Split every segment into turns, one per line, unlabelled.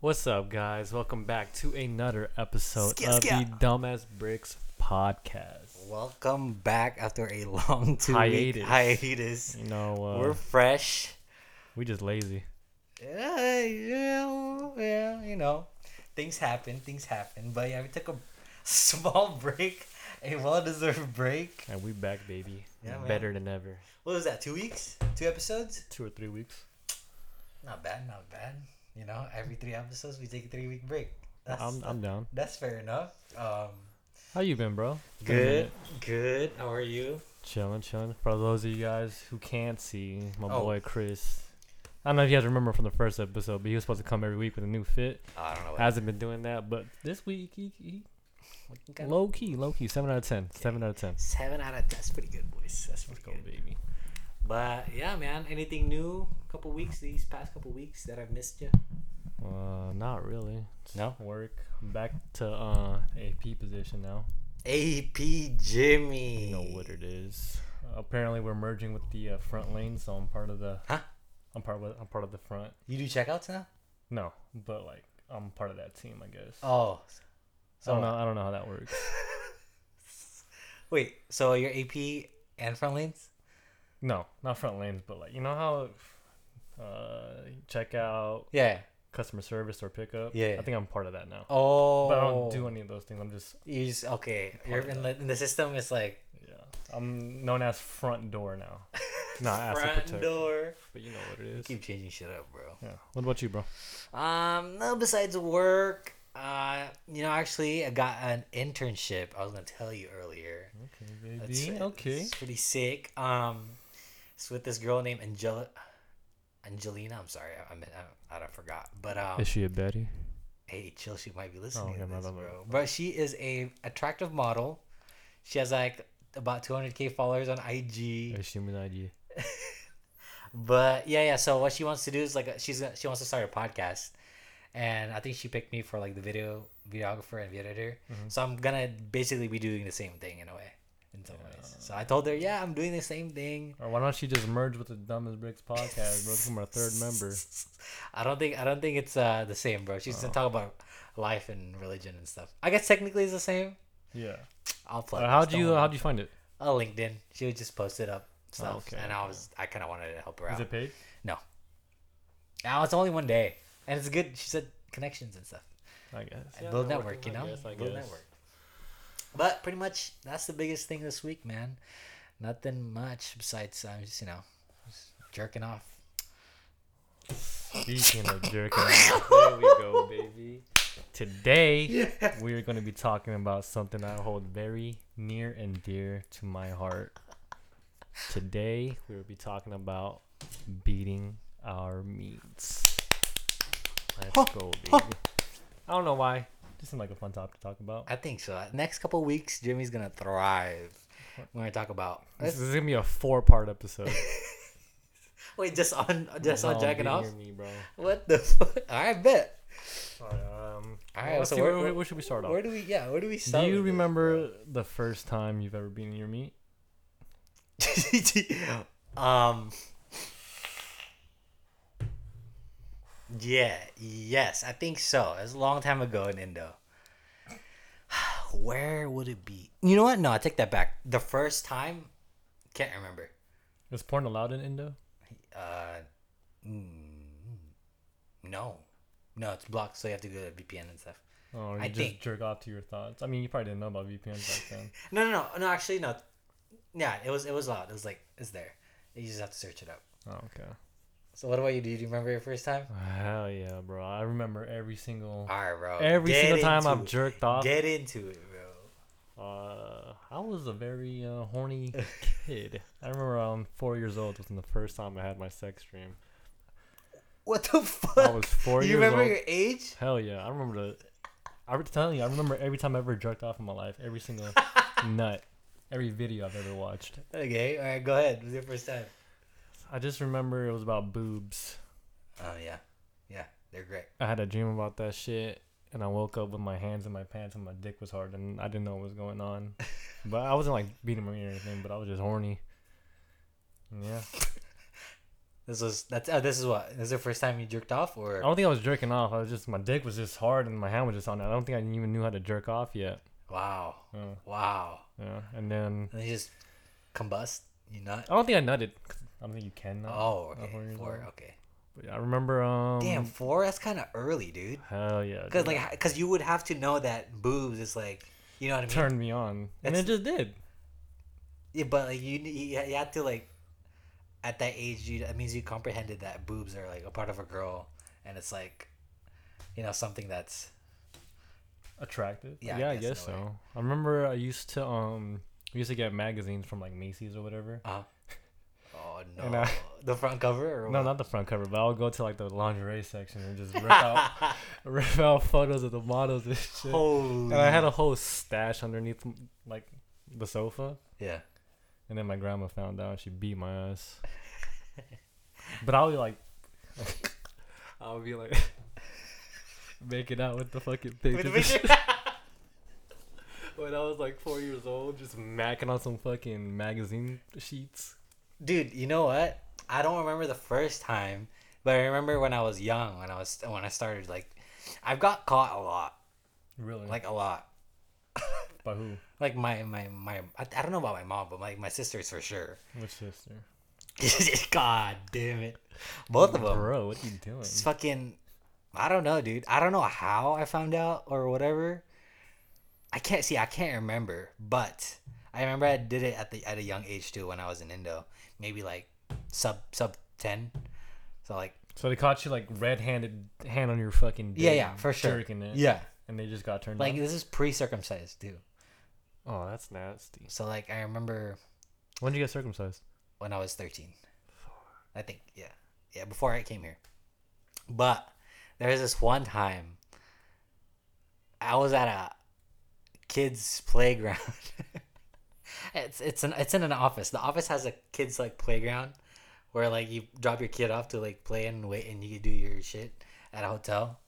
What's up, guys? Welcome back to another episode
Skia,
of
skia.
the Dumbass Bricks podcast.
Welcome back after a long two
Hiatus.
week hiatus.
You know, uh,
We're fresh.
we just lazy.
Yeah, yeah, yeah, you know, things happen, things happen. But yeah, we took a small break, a well-deserved break.
And we back, baby.
Yeah, man.
Better than ever.
What was that? Two weeks? Two episodes?
Two or three weeks.
Not bad, not bad. You know, every three episodes we take a three-week break. That's
I'm, I'm down.
that's fair enough. Um,
How you been, bro? It's been a
good,
minute.
good. How are you?
Chilling, chilling. For those of you guys who can't see, my
Oh.
boy Chris. I don't know if you guys remember from the first episode, but he was supposed to come every week with a new fit.
I don't know.
Hasn't been doing that, but this week he, he
Got
low key, low key, seven out of ten. Seven out of ten.
Seven out of that's pretty good, boys. That's pretty
Let's go,
good.
baby.
But yeah, man. Anything new? Couple weeks these past couple weeks that I've missed you.
Uh, not really. Just
No?
work. I'm back to uh AP position now.
AP Jimmy.
You know what it is. Apparently, we're merging with the uh, front lane, so I'm part of the.
Huh?
I'm part with. I'm part of the front.
You do checkouts now?
No, but like I'm part of that team, I guess.
Oh,
I
so
don't know. I don't know how that works.
wait. So your AP and front lanes?
no, not front lanes, but like you know how, uh, checkout,
Yeah.
customer service, or pickup.
Yeah.
I think I'm part of that now.
Oh.
But I don't do any of those things. I'm just
You just okay.
Part
You're
of
in the, in the system. It's like
yeah. I'm known as front door now. Not ass to
front
protect.
door.
But you know what it is.
Keep changing shit up, bro.
Yeah. What about you, bro?
Um, no, besides work, uh, you know, actually, I got an internship. I was gonna tell you earlier.
Okay,
That's
baby.
it.
Okay.
It's pretty sick. Um, it's with this girl named Angela, Angelina. I'm sorry, I I mean, I, I forgot. But um,
Is she a Betty?
hey, chill. She might be listening
okay,
to
my
this,
bad, my
bro. But she is a attractive model. She has like about 200k followers on IG.
Is she an idea?
But yeah, yeah. So what she wants to do is like uh, she's gonna- she wants to start a podcast, and I think she picked me for like the video videographer and video editor.
Mm-hmm.
So I'm gonna basically be doing the same thing in a way, in some ways. So I told her, yeah, I'm doing the same thing.
Or why don't she just merge with the Dumbest Bricks podcast, bro? Become our third member. Oh.
I don't think I don't think it's uh the same, bro. She's gonna talk about life and religion and stuff. I guess technically it's the same.
Yeah.
I'll plug.
Uh,
it.
how'd
Don't
you
worry.
How'd you find it?
Oh, LinkedIn. She would just post it up stuff,
okay,
and I was I kind of wanted to help her
Is
out.
it paid?
No. No, it's only one day. And it's good. She said connections and stuff.
I guess.
And build network, you know? build network. But pretty much that's the biggest thing this week, man. Nothing much besides I'm just, you know, just jerking off.
Speaking of jerking off, there we go, baby. Today we are going to be talking about something I hold very near and dear to my heart. Today we will be talking about beating our meats. Let's go, baby. I don't know why. This seemed like a fun topic to talk about.
I think so. Next couple weeks, Jimmy's gonna thrive. We're gonna talk about
This is gonna be a four-part episode.
wait, just on just on
Oh,
jacking
beating
off?
your meat, bro.
What the fuck? Alright, bet.
All right, um,
All right,
let's
so
see,
where-
where, where,
where-
where should we start off?
Where do we yeah, where do we
Do
start?
you
with this?
remember the first time you've ever beaten your meat?
um yeah yes i think so it was a long time ago in indo where would it be you know what no i take that back the first time can't remember
Is porn allowed in Indo?
uh mm, no no it's blocked so you have to go to vpn and stuff
Or Oh, you
I
just
think-
jerk off to your thoughts? I mean, you probably didn't know about VPNs back then.
no no no no actually no yeah it was it was loud it was like it's there you just have to search it up
Oh, okay.
so what about you do you remember your first time
Hell yeah, bro. I remember every single
all right bro
every
Oh, Get
single time
into
I've
it.
jerked off.
Get into it, bro.
Uh, I was a very uh, horny kid. I remember around four years old was the first time I had my sex dream.
What the fuck?
I was four
you
years
remember
old.
your age?
Hell yeah, I remember the. I was telling you, I remember every time I ever jerked off in my life, every single nut, every video I've ever watched.
Okay, all right, go ahead. It was your first time.
I just remember it was about boobs.
Oh yeah, yeah, they're great.
I had a dream about that shit, and I woke up with my hands in my pants, and my dick was hard, and I didn't know what was going on. but I wasn't like beating my meat or anything, but I was just horny. And Yeah,
This was that's uh, this is what this is the first time you jerked off or
I don't think I was jerking off. I was just my dick was just hard and my hand was just on it. I don't think I even knew how to jerk off yet.
wow
Yeah.
wow
Yeah. And then
and then you just combust you nut
I don't think I nutted. 'cause I don't think you can. Nut.
oh okay
where you
four
go.
okay
But yeah, I remember. Um,
damn four that's kind of early dude
Hell yeah.
because
dude.
like because you would have to know that boobs is like you know what I mean
turned me on, and
That's-
it just did.
yeah, but like you you you have to like at that age you that means you comprehended that boobs are like a part of a girl and it's like you know something that's
Attractive.
Yeah,
Yeah.
I
Yeah, I
guess in
guess
a way.
so. I remember I used to um, I used to get magazines from like Macy's or whatever.
uh oh no
And, uh,
the front cover or
No,
what?
not the front cover, but I'll go to like the lingerie section and just rip out, rip out photos of the models and shit.
Holy.
And I had a whole stash underneath m- like the sofa,
yeah.
and then my grandma found out. She beat my ass. but I'll be like, I'll be like, making out with the fucking pictures. and shit. when I was like four years old, just macking on some fucking magazine sheets.
Dude, you know what? I don't remember the first time, but I remember when I was young, when I was when I started like I've got caught a lot,
Really?
like a lot.
by who?
Like my my my I, I don't know about my mom, but like my sisters for sure.
Which sister?
God damn it. Both of them.
Bro, what you doing?
It's fucking I don't know, dude. I don't know how I found out or whatever. I can't see, I can't remember, but I remember I did it at the at a young age too when I was in Indo. Maybe like sub sub 10. So like
So they caught you like red-handed, hand on your fucking dick
Yeah, yeah,
and
for sure.
jerking it.
yeah,
and they just got turned
like
like,
this is pre-circumcised too.
Oh, that's nasty.
So like I remember
When did you get circumcised?
when I was 13. I think, yeah. Yeah, before I came here. But there was this one time I was at a kids playground. it's it's an it's in an office. The office has a kids like playground where like you drop your kid off to like play and wait and you do your shit at a hotel.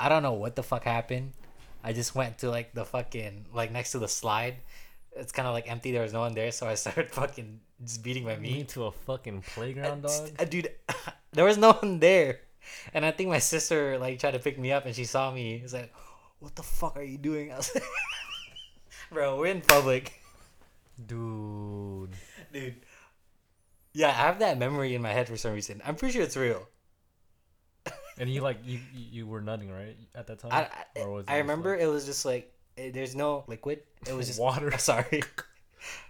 I don't know what the fuck happened. I just went to like the fucking like next to the slide. It's kind of like empty. There was no one there, so I started fucking just beating my meat.
Me to a fucking playground, dog.
Uh, dude, there was no one there, and I think my sister like tried to pick me up, and she saw me. It's like, "What the fuck are you doing?" I was like, "Bro, we're in public,
Dude,
dude." Yeah, I have that memory in my head for some reason. I'm pretty sure it's real.
and you like you you were nutting right at that time,
I I,
was it
I
just,
remember
like,
it was just like eh, there's no liquid. It was just
water.
I'm sorry.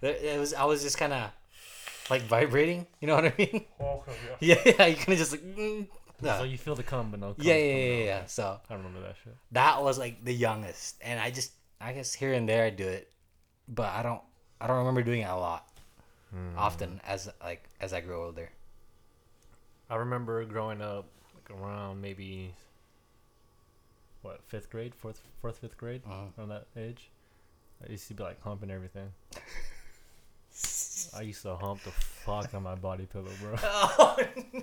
There- It was I was just kind of like vibrating. You know what I mean? Yeah, yeah. You kind of just like. mm, no.
So you feel the cum, but no. cum
yeah, yeah,
coming
yeah, yeah,
out.
yeah. So.
I remember that shit.
that was like the youngest and i just i guess here and there i do it but i don't i don't remember doing it a lot
Hmm.
often as like as i grew older
I remember growing up like around maybe what fifth grade, fourth, fourth, fifth grade,
Mhm.
around that age. I used to be like humping everything. I used to hump the fuck on my body pillow, bro.
oh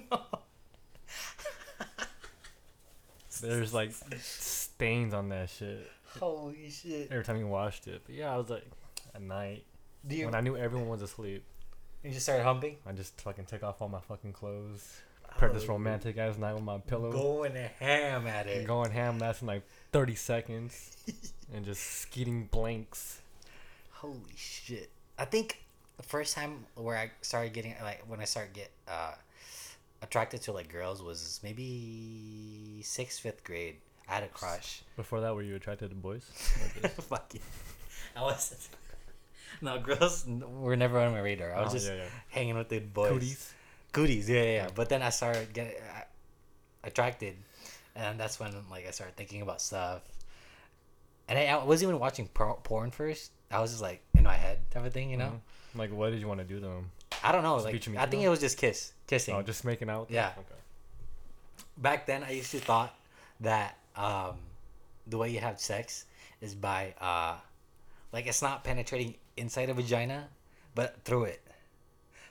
no
There's like stains on that shit
holy shit
every time you washed it. But yeah, I was like at night
do you,
when I knew everyone was asleep.
you just started humping
I just fucking took off all my fucking clothes. Prepped this
Oh,
romantic ass night with my pillow.
going ham at it
going ham lasting like 30 seconds and just skeeting blanks.
holy shit i think the first time where i started getting like when i started get uh attracted to like girls was maybe sixth fifth grade i had a crush
Before that, were you attracted to boys?
Fuck you. I was. No, girls n- were never on my radar. I was
Oh,
just
yeah, yeah.
hanging with the boys.
Cooties.
Cooties, yeah, yeah, yeah. But then I started getting uh, attracted, and that's when like I started thinking about stuff. And I, I wasn't even watching por- porn first. I was just like in my head type of thing, you know.
Mm-hmm. Like, what did you want to do to them?
I don't know.
beat
Like
your meat
I think
down?
it was just kiss, kissing.
Oh, just making out? with them?
Yeah.
Okay.
Back then, I used to thought that um, the way you have sex is by uh, like it's not penetrating inside a vagina, but through it.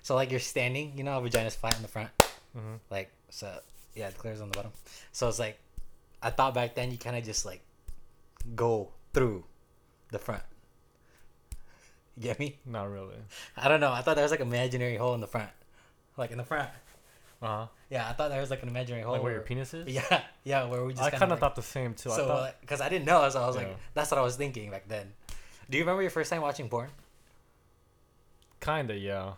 So like you're standing, you know, how vagina's flat in the front,
Mm-hmm.
like so. Yeah, it clears on the bottom. So it's like I thought back then you kind of just like go through the front. You get me?
Not really.
I don't know. I thought there was like imaginary hole in the front, like in the front.
Uh huh.
Yeah, I thought there was like an imaginary hole.
Like where your penis is.
Uh-huh. Yeah, yeah, where we just.
I
kinda,
kind of
like-
thought the same too. I
so, uh,
thought
because I didn't know, so I was like,
Yeah.
that's what I was thinking back then. Do you remember your first time watching porn?
kind of yeah.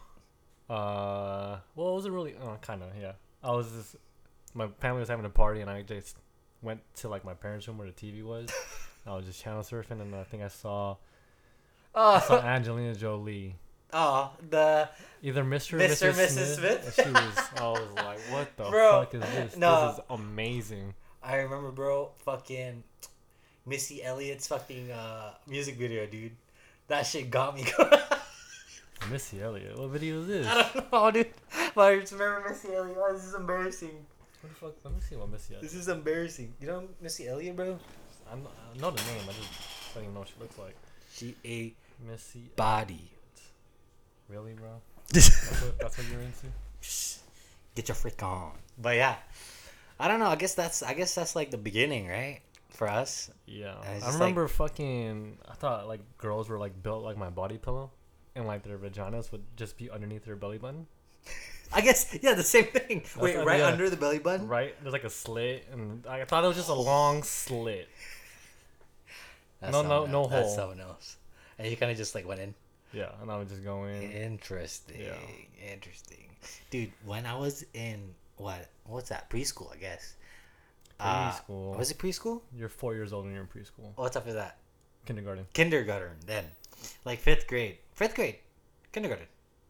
Uh, well, it wasn't really. Uh, kind of yeah. I was just my family was having a party and I just went to like my parents' room where the TV was. I was just channel surfing and I think I saw I saw
Oh,
Angelina Jolie.
oh, the
Either Mr. or Mrs.
Mr. Mrs.
Smith. and
Smith.
she was, I was like, what the
Bro,
fuck is this?
no.
This is amazing.
I remember, bro. Fucking Missy Elliott's fucking uh, music video, dude. That shit got me.
Missy Elliott. What video is this?
I don't know, dude. But I just remember Missy Elliott. Oh, this is embarrassing.
What the fuck? Let me see what Missy Elliott
This is embarrassing. You know Missy Elliott, bro?
I'm, I know the name. I just don't even know what she looks like.
She a
Missy Elliott.
body.
Really, bro?
Get
That's what, that's what you're into?
your freak on. But yeah, I don't know. I guess that's I guess that's like the beginning, right? For us.
Yeah.
And it's
I
just
remember fucking, I thought like girls were like built like my body pillow and like their vaginas would just be underneath their belly button.
I guess yeah, the same thing. Wait,
what-
right
yeah.
under the belly button.
Right? There's like a slit and I thought it was just a long slit.
That's
No,
someone
no,
else.
no
That's
hole.
someone else. And you kind of just like went in.
Yeah. And I would just go in.
Interesting. Interesting. Dude, when I was in what what's that? Preschool, I guess. Uh,
Preschool.
was it preschool?
You're four years old and you're in preschool.
What's up with that?
Kindergarten.
Kindergarten then. Like fifth grade. Fifth grade. Kindergarten.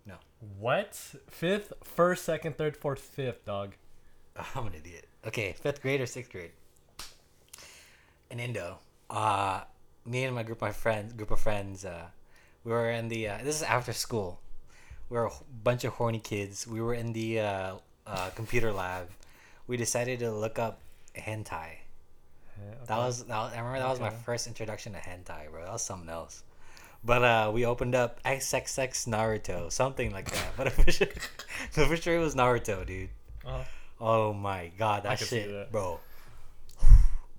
No.
What? Fifth, first, second, third, fourth, fifth, dog.
I'm an idiot. Okay, fifth grade or sixth grade. In Indo, uh, me and my group, my friends, group of friends, uh, we were in the. Uh, this is after school. We were a wh- bunch of horny kids. We were in the uh, uh, computer lab. We decided to look up hentai.
Yeah, Eh, okay.
That was, that was I remember that was my
Okay.
first introduction to hentai, bro. That was something else. But uh, we opened up XXX Naruto, something like that. But for sure, for sure it was Naruto, dude.
Uh-huh.
Oh my god, that
can see
shit,
that.
bro.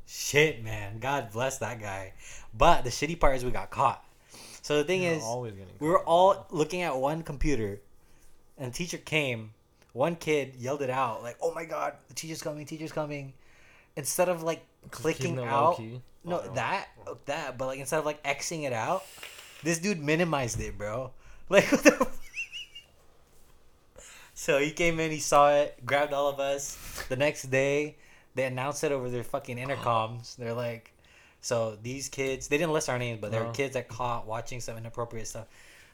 shit, man. God bless that guy. But the shitty part is we got caught. So the thing
You're
is,
always getting
we were all looking at one computer, and the teacher came. One kid yelled it out like, "Oh my god, the teacher's coming! Teacher's coming!" Instead of like clicking
it
out,
low-key.
no
Oh, no.
that that, but like instead of like xing it out, this dude minimized it, bro. Like what the. f- So he came in, he saw it, grabbed all of us. The next day, they announced it over their fucking intercoms. They're like, so these kids, they didn't list our names, but there
No.
were kids that caught watching some inappropriate stuff.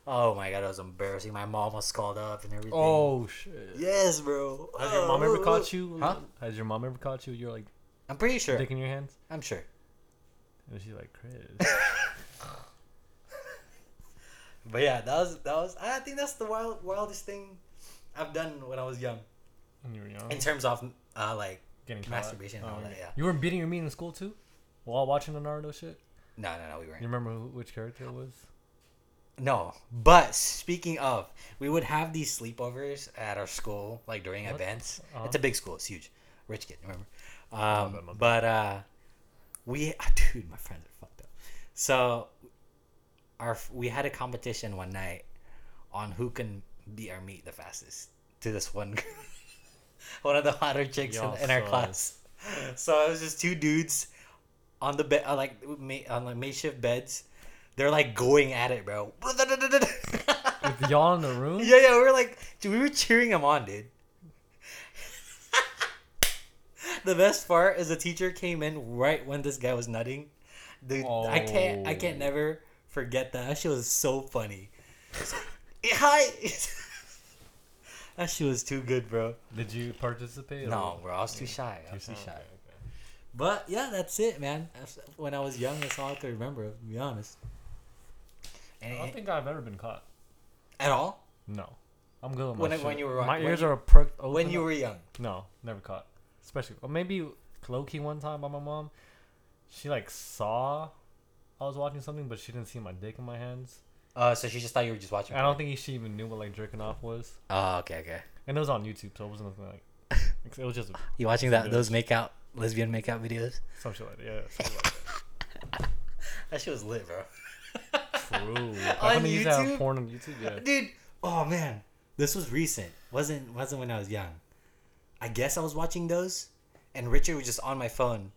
Oh my god, it was embarrassing. My mom was called up and everything.
Oh shit.
yes, bro.
Has your mom ever caught you?
Huh?
Has your mom ever caught you? You're like
I'm pretty sure.
dick in your hands,
I'm sure.
and she's like, "Chris,
But yeah, that was that was. I think that's the wild wildest thing I've done when I was young
when you were young,
in terms of uh like
getting caught."
masturbation and all
okay.
that, yeah.
You were beating your meat in school too, while watching the Naruto shit.
no no no we weren't.
You remember who, which character it was?
No, but speaking of, we would have these sleepovers at our school, like during
What?
events.
Uh-huh.
It's a big school; it's huge. Rich kid, remember?
bad,
Um,
not
but uh, we, dude, my friends are fucked up. So, our we had a competition one night on who can beat our meat the fastest to this one girl, one of the hotter chicks in,
Y'all
in our
sus.
class. So it was just two dudes on the bed, on like ma- on like makeshift beds. They're like going at it, bro. yeah,
With y'all in the room?
yeah, we were like, dude, we were cheering him on, dude. the best part is the teacher came in right when this guy was nutting. Dude, I can't, I can't
Oh.
never forget that. That shit was so funny. Hi. that shit was too good, bro.
Did you participate?
No, bro, I was too shy. I was too shy. But yeah, that's it, man. That's- When I was young, that's all I could remember. To be honest. And
I don't think I've ever been caught.
at all
No, I'm good with my
When-
shit.
when you were-
my
when
ears
you-
are perked open.
when you were young.
No, never caught. Especially, or maybe Loki one time by my mom. She like saw I was watching something, but she didn't see my dick in my hands.
Uh, so she just thought you were just watching.
I don't think she even knew what like jerking off was,
Oh, okay, okay.
and it was on YouTube, so it wasn't nothing like. It was just
You watching that
Yeah.
those makeout lesbian makeout videos?
some shit like that. Yeah, something like that.
That shit was lit, bro.
True.
On
Like, on YouTube? Have
YouTube?
porn on YouTube. Yeah.
Dude, oh man, this was recent. wasn't wasn't when I was young. I guess I was watching those, and Richard was just on my phone,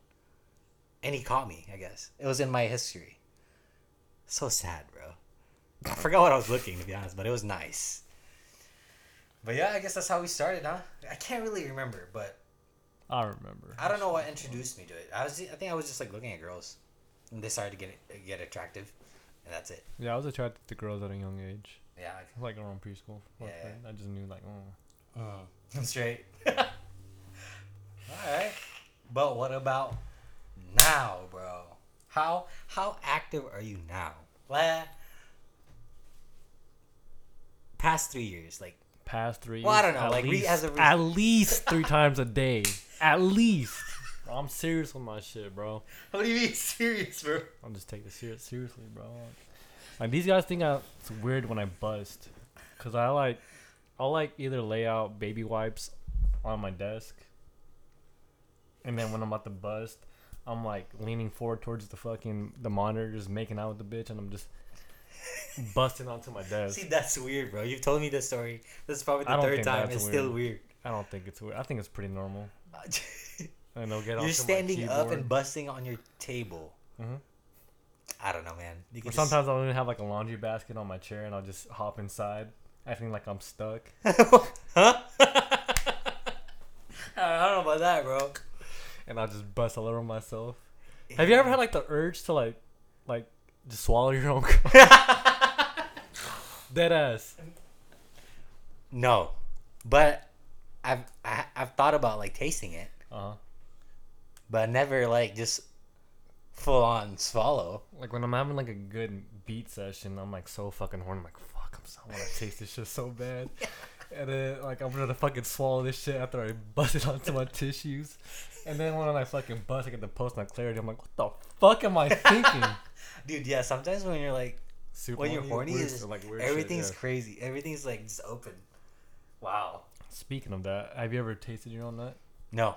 and he caught me. I guess it was in my history. So sad, bro. I forgot what I was looking to be honest, but it was nice. But yeah, I guess that's how we started, huh? I can't really remember, but
I remember.
I don't know what introduced me to it. I was, I think I was just like looking at girls, and they started to get get attractive, and that's it.
Yeah, I was attracted to girls at a young age,
Yeah,
like around preschool. fourth
Yeah.
grade. I just knew like, oh,
I, I'm straight. All right, but what about now, bro? How how active are you now? Well, past three years, like
past three.
Well, I
years,
don't know,
At
like, re-
least,
as a re-
at least three times a day. At least. I'm serious with my shit, bro.
what do you mean serious, bro?
I'll just take this serious seriously, bro. Like these guys think I, it's weird when I bust, cause I like, I'll like either lay out baby wipes on my desk, and then when I'm about to bust, I'm like leaning forward towards the fucking the monitor, just making out with the bitch, and I'm just busting onto my desk.
See, that's weird, bro. You've told me this story. This is probably
I
the
don't
third
think
time.
that's
It's still weird.
I don't think it's weird. I think it's pretty normal. And they'll get onto
You're
my
standing up
keyboard.
and busting on your table.
Mhm.
I don't know, man. You
Or
can
sometimes I'll even have like a laundry basket on my chair, and I'll just hop inside, acting like I'm stuck.
just... huh? I don't know about that, bro.
and I'll just bust all over myself. Have you ever had like the urge to like, like, just swallow your own? cum? Dead ass.
No, but I've I, I've thought about like tasting it,
Uh huh.
but never like just full on swallow.
Like when I'm having like a good beat session, I'm like so fucking horny. I'm like, fuck, I'm so, I want to taste this shit so bad. And then like I'm gonna fucking swallow this shit after I bust it onto my tissues. And then when I fucking bust, I get the post on clarity. I'm like, what the fuck am I thinking?
Dude, yeah. Sometimes when you're like
Super
when you're horny,
weird-
is
like weird shit,
everything's
yeah.
crazy. Everything's like just open. Wow.
Speaking of that, have you ever tasted your own nut?
No,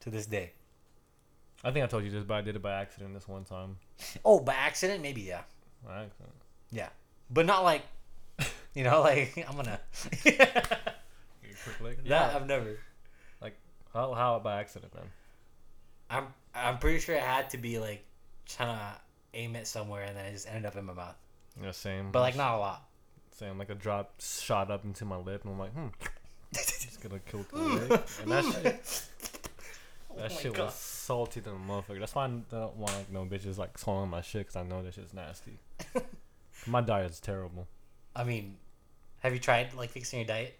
to this day.
I think I told you this, but I did it by accident this one time.
Oh, by accident, maybe yeah,
By accident.
yeah, but not like, you know, like I'm gonna.
Get a quick lick?
That I've never.
How, how by accident then?
I'm I'm pretty sure it had to be like trying to aim it somewhere, and then it just ended up in my mouth.
Yeah, same.
But like not a lot.
same. Like a drop shot up into my lip, and I'm like, hmm. just gonna kill the
Hmm.
lick. And that shit,
Oh
that shit was salty than a motherfucker. That's why I don't want like no bitches like swallowing my shit because I know that shit's nasty. my diet's terrible.
I mean, have you tried like fixing your diet?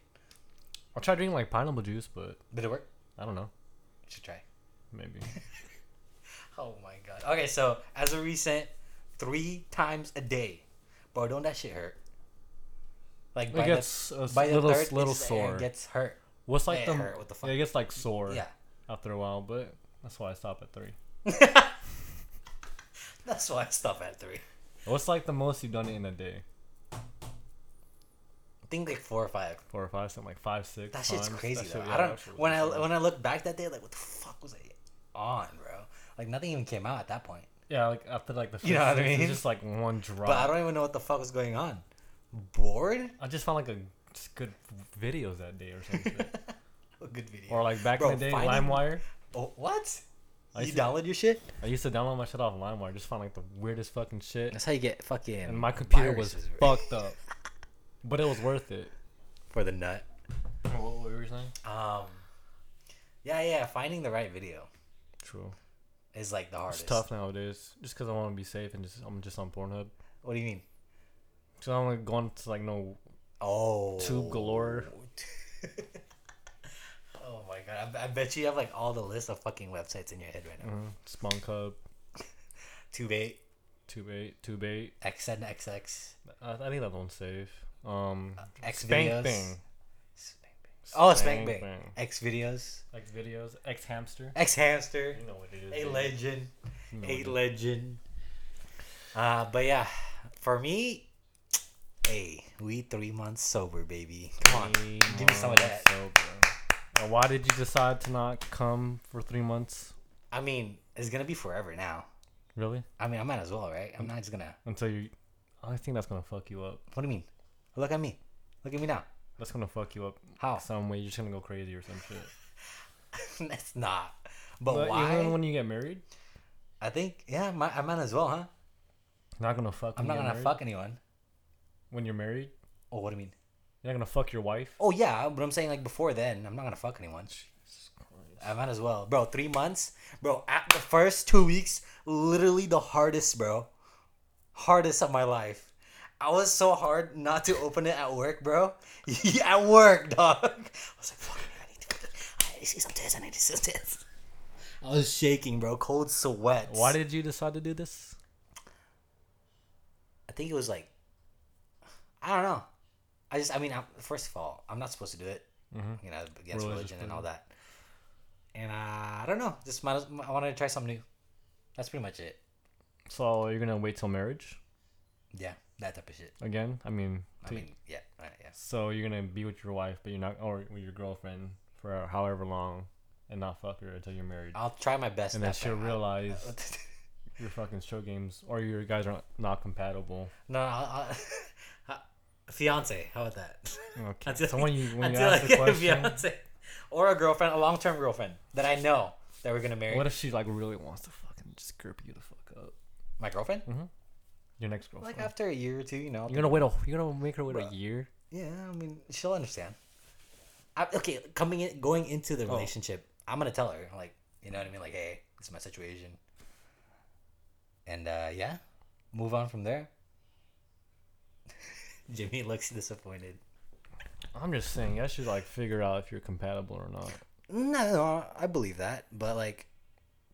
I tried drinking like pineapple juice, but
Did it work?
I don't know.
You should try.
Maybe.
Oh my god. Okay, so as a recent, three times a day, bro. Don't that shit hurt? Like
it
by
gets a
the by the
little
third,
little
it's- it
sore.
gets hurt.
What's like
it
the,
hurt, what the fuck?
Yeah, it gets like sore
Yeah,
after a while, but that's why I stop at three.
that's why I stop at three.
What's like the most you've done it in a day?
I think like four or five.
Four or five, something like five, six.
That shit's
times.
crazy
That
though.
shit-
I
yeah,
don't.
that shit
When I
was crazy.
when I look back that day, like what the fuck was I on, bro? Like nothing even came out at that point.
Yeah, like after like the
You know
fifth,
what I
sixth,
mean?
It's just like one drop.
But I don't even know what the fuck was going on. Bored?
I just found like a just good videos that day or something.
A good video.
or like back
Bro,
in the day,
finding-
LimeWire.
oh, what?
I
you
used to-
download your shit?
I used to download my shit off LimeWire. Just find like the weirdest fucking shit,
That's how you get fucking.
and my computer was
viruses, bro.
fucked up. But it was worth it.
for the nut.
What, what were you saying?
Um, yeah, yeah. Finding the right video
True.
is like the
It's
hardest.
tough nowadays, just because I want to be safe and just I'm just on Pornhub.
What do you mean?
So I'm like going to like no
Oh,
tube galore.
oh my god! I, I bet you have like all the list of fucking websites in your head right now.
Mm, Spunk Hub,
Tube eight,
Tube Eight, Tube Eight.
XN, XX,
I, I think that one's safe. Um,
Uh, X
Spank
videos.
Bang.
Spank Bang. Oh,
Spank
Spank Bang.
Bang.
X videos,
X videos, X hamster.
X hamster,
know what it is.
a legend,
You know
a
what
legend. Uh, but yeah, for me, hey, we three months sober, baby. Come on,
Three
give me some of that.
months sober. And why did you decide to not come for three months?
I mean, it's gonna be forever now.
Really?
I mean, I might as well, right? I'm not just gonna.
Until you, I think that's gonna fuck you up.
What do you mean? Look at me. Look at me now.
That's gonna fuck you up
How?
some way. You're just gonna go crazy or some shit.
it's not. But,
But,
why?
even when you get married,
I think yeah, mi- I might as well, huh?
you're not gonna fuck.
I'm
when
not
you
gonna
get married?
fuck anyone.
when you're married.
Oh, what do you mean?
You're not gonna fuck your wife.
Oh yeah, but I'm saying like before then, I'm not gonna fuck anyone. I might as well, bro. Three months, bro. At the first two weeks, literally the hardest, bro. Hardest of my life. I was so hard not to open it at work, bro. at work, dog. I was like, fuck, I need to, I need to see some tits. I need to see some tits. I was shaking, bro. Cold sweats.
Why did you decide to do this?
I think it was like, I don't know. I just, I mean, I'm, first of all, I'm not supposed to do it.
Mm-hmm.
You know,
Religious
against religion and all that. And uh, I don't know. Just might, as- I wanted to try something new. That's pretty much it.
So you're gonna wait till marriage
Yeah, that type of shit.
again? I mean,
I
to-
mean, yeah, right, yeah.
so you're gonna be with your wife, but you're not, or with your girlfriend for however long, and not fuck her until you're married,
I'll try my best.
and then
not
she'll
to-
realize your fucking show games or your guys are not compatible.
no, I'll, I'll, fiance. How about that?
Okay.
Until-
so when you when you
Until I
ask the
get a
question,
fiance or a girlfriend, a long-term girlfriend that I know that we're gonna marry.
what if she like really wants to fucking just grip you the fuck up?
my girlfriend?
Your next girlfriend.
Like after a year or two, you know, I'll
Mm-hmm. you're gonna wait a you're gonna make her wait a year.
Yeah, I mean, she'll understand. I, okay, coming in, going into the relationship, I'm gonna tell her, like, you know what I mean, like, hey, this is my situation, and uh, yeah, move on from there. Jimmy looks disappointed.
I'm just saying, I should like figure out if you're compatible or not.
No, no, I believe that, but like,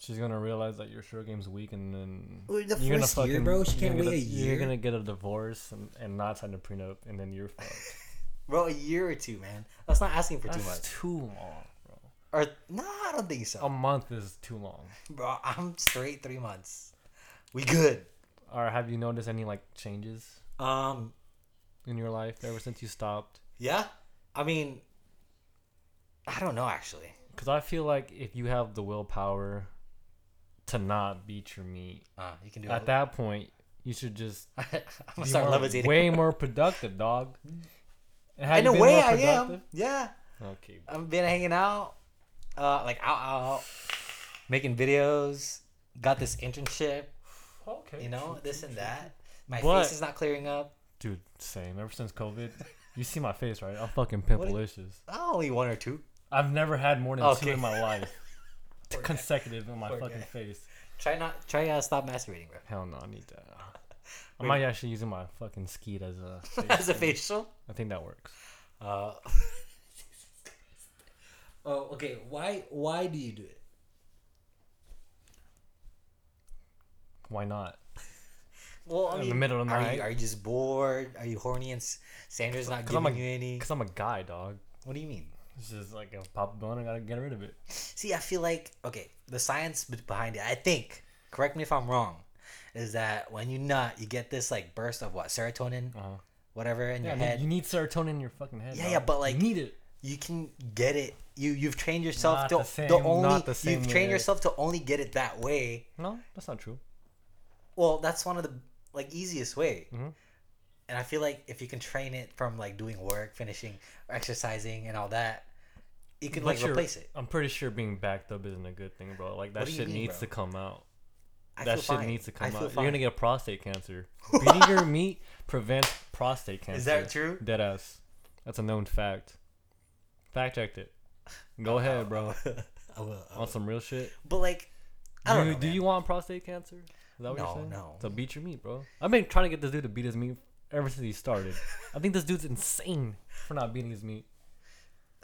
She's gonna realize that your show game's weak, and then
Wait, the first year, bro? She
you're
can't
gonna
wait
get
a
You're
year?
gonna get a divorce and, and not sign a prenup, and then you're fucked.
bro, a year or two, man, that's Um, not asking for too much.
That's too long, bro.
Or no, I don't think so,
A month is too long.
bro. I'm straight three months. We good.
Or have you noticed any like changes
Um,
in your life ever since you stopped?
yeah, I mean, I don't know actually.
Because I feel like if you have the willpower to not beat your meat
Uh, you can do
at
it.
that point, you should just
I'm gonna
be
start
more-
levitating.
Way more productive, dog. And have
in
you
a
been
way,
more
I am.
productive?
Yeah,
Okay.
I've been hanging out, uh, like out, out, making videos. Got this internship,
Okay.
you know, this and that. My
But-
face is not clearing up.
Dude, same. Ever since COVID, you see my face, right? I'm fucking pimpleicious.
Oh, only one or two.
I've never had more than two
Okay.
in my life. consecutive on my fucking
guy.
face.
Try not, try uh, stop masturbating, bro.
Hell no, I need that. I might actually using my fucking skeet as a. Face.
As a facial.
I think that works.
Uh, oh, okay. Why, why do you do it?
Why not?
Well, I
In
mean,
the middle of the
are
night.
You, are you just bored? Are you horny and S- Sandra's not
I'm
giving
a-
you any?
Cause I'm a guy, dog.
What do you mean?
It's just like a pop bone. I gotta get rid of it.
See, I feel like okay, the science be- behind it. I think, correct me if I'm wrong, is that when you nut, you get this like burst of what serotonin,
Uh-huh.
whatever in
Yeah, I
your
mean,
head.
you need serotonin in your fucking head.
Yeah,
dog.
yeah, but, like,
you need it.
You can get it. You you've trained yourself
Not
to
the
the,
same-
only
not the same
you've trained
way.
yourself to only get it that way.
No, that's not true.
Well, that's one of the like easiest way.
Mhm.
And I feel like if you can train it from like doing work, finishing, exercising, and all that, you can like
But you're-
replace it.
I'm pretty sure being backed up isn't a good thing, bro. Like that
do you
shit
mean,
needs
bro?
to come out.
I
that
feel
shit
fine.
needs to
I
come
feel
out.
fine.
You're gonna get prostate cancer. Beating your meat prevents prostate cancer.
Is that true?
Dead ass. That's a known fact. Fact checked it. Go ahead, bro.
I will, I will.
On some real shit.
But like, I
Do,
don't
you-
know.
do
man.
you want prostate cancer? Is that what you're
No,
saying?
no.
So beat your meat, bro. I've been trying to get this dude to beat his meat ever since he started. I think this dude's insane for not beating his meat.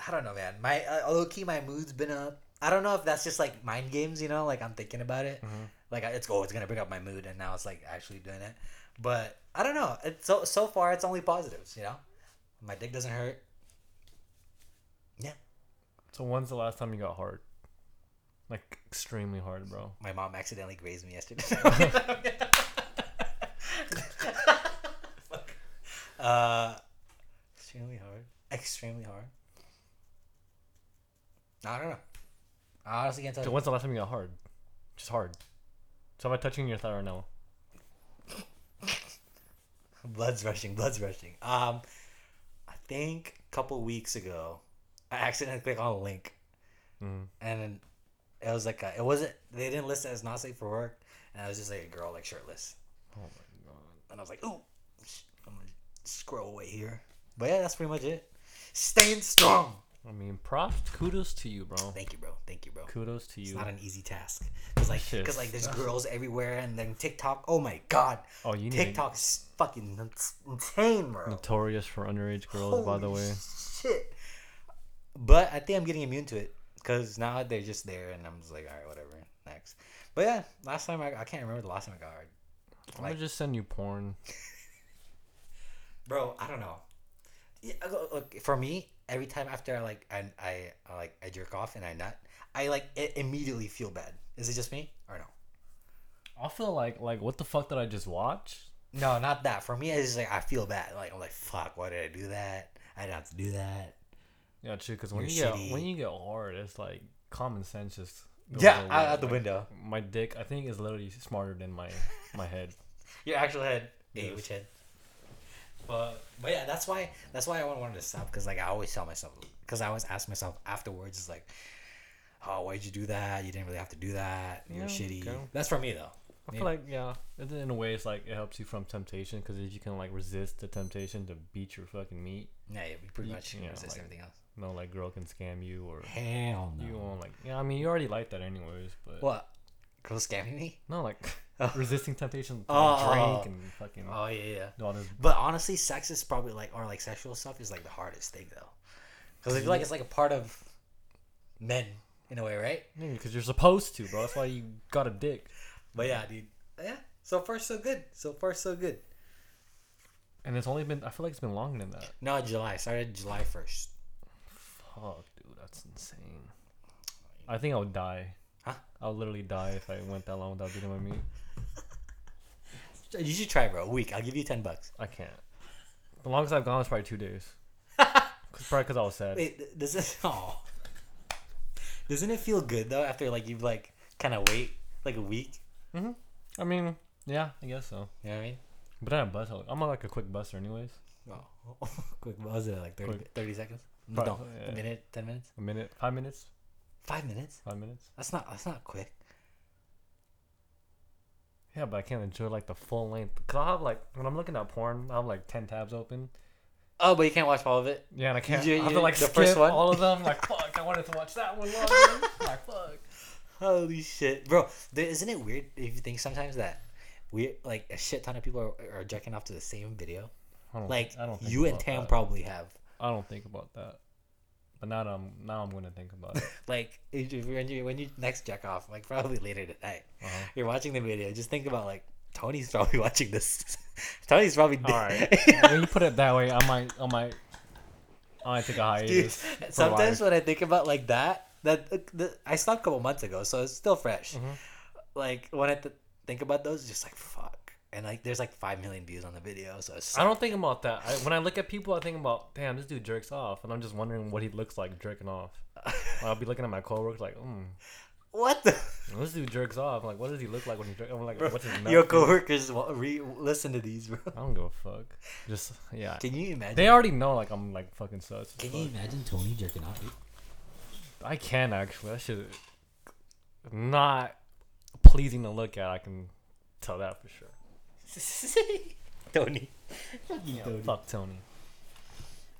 I don't know, man. My uh, low key, my mood's been up. I don't know if that's just like mind games, you know. Like I'm thinking about it, like I- it's oh, it's gonna bring up my mood, and now it's like actually doing it. But I don't know. It's so so far, it's only positives, you know. My dick doesn't hurt. Yeah,
So when's the last time you got hard? Like extremely hard, bro.
my mom accidentally grazed me yesterday. Fuck. uh, extremely hard. Extremely hard. I don't know. I honestly can't tell.
So
you.
when's the last time you got hard? Just hard. So am I touching your thigh right now?
Blood's rushing, blood's rushing. Um, I think a couple weeks ago, I accidentally clicked on a link
Mhm.
and it was like a, it wasn't. They didn't list it as not safe for work, and I was just like a girl like shirtless,
Oh my god.
and I was like, ooh, sh- I'm gonna scroll away here. But yeah, that's pretty much it. Staying strong.
I mean, props. Kudos to you, bro.
Thank you, bro. Thank you, bro.
Kudos to
It's
you.
not an easy task. Cause like,
Shit.
cause like, there's girls everywhere, and then TikTok. Oh my God,
Oh, you need to-
TikTok is fucking nuts- insane, bro.
Notorious for underage girls, by the
Holy
way.
shit. But I think I'm getting immune to it because now they're just there, and I'm just like, all right, whatever, next. But yeah, last time I, I can't remember the last time I got hard.
I'm gonna just send you porn.
bro i don't know yeah, I go- look, for me every time after i like I, I I, like i jerk off and i nut i like i immediately feel bad is it just me or no
I feel like like what the fuck did I just watch?
no not that for me it's just like i feel bad like i'm like fuck why did i do that i didn't have to do that
Yeah, true. Because when
You're
you
shitty.
get when you get hard, it's like common sense just goes
yeah
away.
out, out the
Like,
window
My dick, I think, is literally smarter than my my head.
your actual head
Yes.
hey, which head but but yeah that's why that's why i wanted to stop because like i always tell myself because i always ask myself afterwards it's like oh why'd you do that you didn't really have to do that you're
Yeah,
shitty
okay.
that's for me though
I
Maybe.
feel like yeah, it- in a way, it's like it helps you from temptation because if you can like resist the temptation to beat your fucking meat,
Yeah, yeah, we pretty
You-
much
yeah,
resist
like-
everything else.
no like girl can scam you or
Hell
you won't like yeah. I mean, you already like that anyways, but
What? Girls scamming me?
no like
Oh.
resisting temptation to
Oh,
like,
oh, oh.
drink and fucking
Oh yeah, yeah.
do all this.
But honestly, sex is probably like or like sexual stuff is like the hardest thing though, because I feel like it's like a part of men in a way, right?
Because you're supposed to, bro. That's why you got a dick.
But yeah, dude. Yeah. So far, so good. So far, so good.
And it's only been, I feel like it's been longer than that.
No, July started July first. Oh,
Fuck, dude, that's insane. I think I would die.
Huh?
I would literally die if I went that long without beating my meat.
You should try, bro. A week. I'll give you ten bucks.
I can't. The longest I've gone is probably two days. 'Cause- probably because I was sad.
Wait, th- does it? Oh. Doesn't it feel good though after like you've like kind of wait like a week?
I mean, yeah, I guess so.
You know what I mean?
But then I bust. out- I'm like a quick buster, anyways.
Oh, quick. What was it like 30,
Quick.
30 seconds?
Pro-
no,
yeah.
a minute, ten minutes,
A minute, five minutes,
five minutes.
five minutes.
That's not. That's not quick.
Yeah, but I can't enjoy like the full length. Cause I'll have like when I'm looking at porn, I have like ten tabs open.
Oh, but you can't watch all of it.
Yeah, and I can't.
you-
I have
you-
to like
the
skip
first one?
all of them. Like fuck, I wanted to watch that one. longer. like fuck.
Holy shit, bro! There, isn't it weird if you think sometimes that we like a shit ton of people are, are jerking off to the same video?
I don't,
Like
I don't think
you and
about
Tam
that.
probably have.
I don't think about that. But now that I'm now I'm gonna think about it.
Like if you- when you when you next jack off, like probably later tonight,
Uh-huh.
you're watching the video. Just think about like Tony's probably watching this. Tony's probably
All right. when you put it that way, I might I might I might take a
Dude,
hiatus. for
sometimes
life.
when I think about like that, that the, I stopped a couple months ago, so it's still fresh.
Mm-hmm.
Like when I th- think about those, it's just like fuck, and like there's like five million views on the video, so it's
I don't think about that. I, when I look at people, I think about, damn, this dude jerks off, and I'm just wondering what he looks like jerking off. I'll be looking at my coworkers like, mm,
what the
this dude jerks off. Like, what does he look like when he jerks? I'm like, what's his mouth?
your coworkers wa- re listen to these, bro.
I don't give a fuck. Just yeah.
Can you imagine?
They already know like I'm like fucking sus.
Can you imagine Tony jerking off? dude?
I can actually. That shit is not pleasing to look at. I can tell that for sure.
Tony.
Fuck Tony.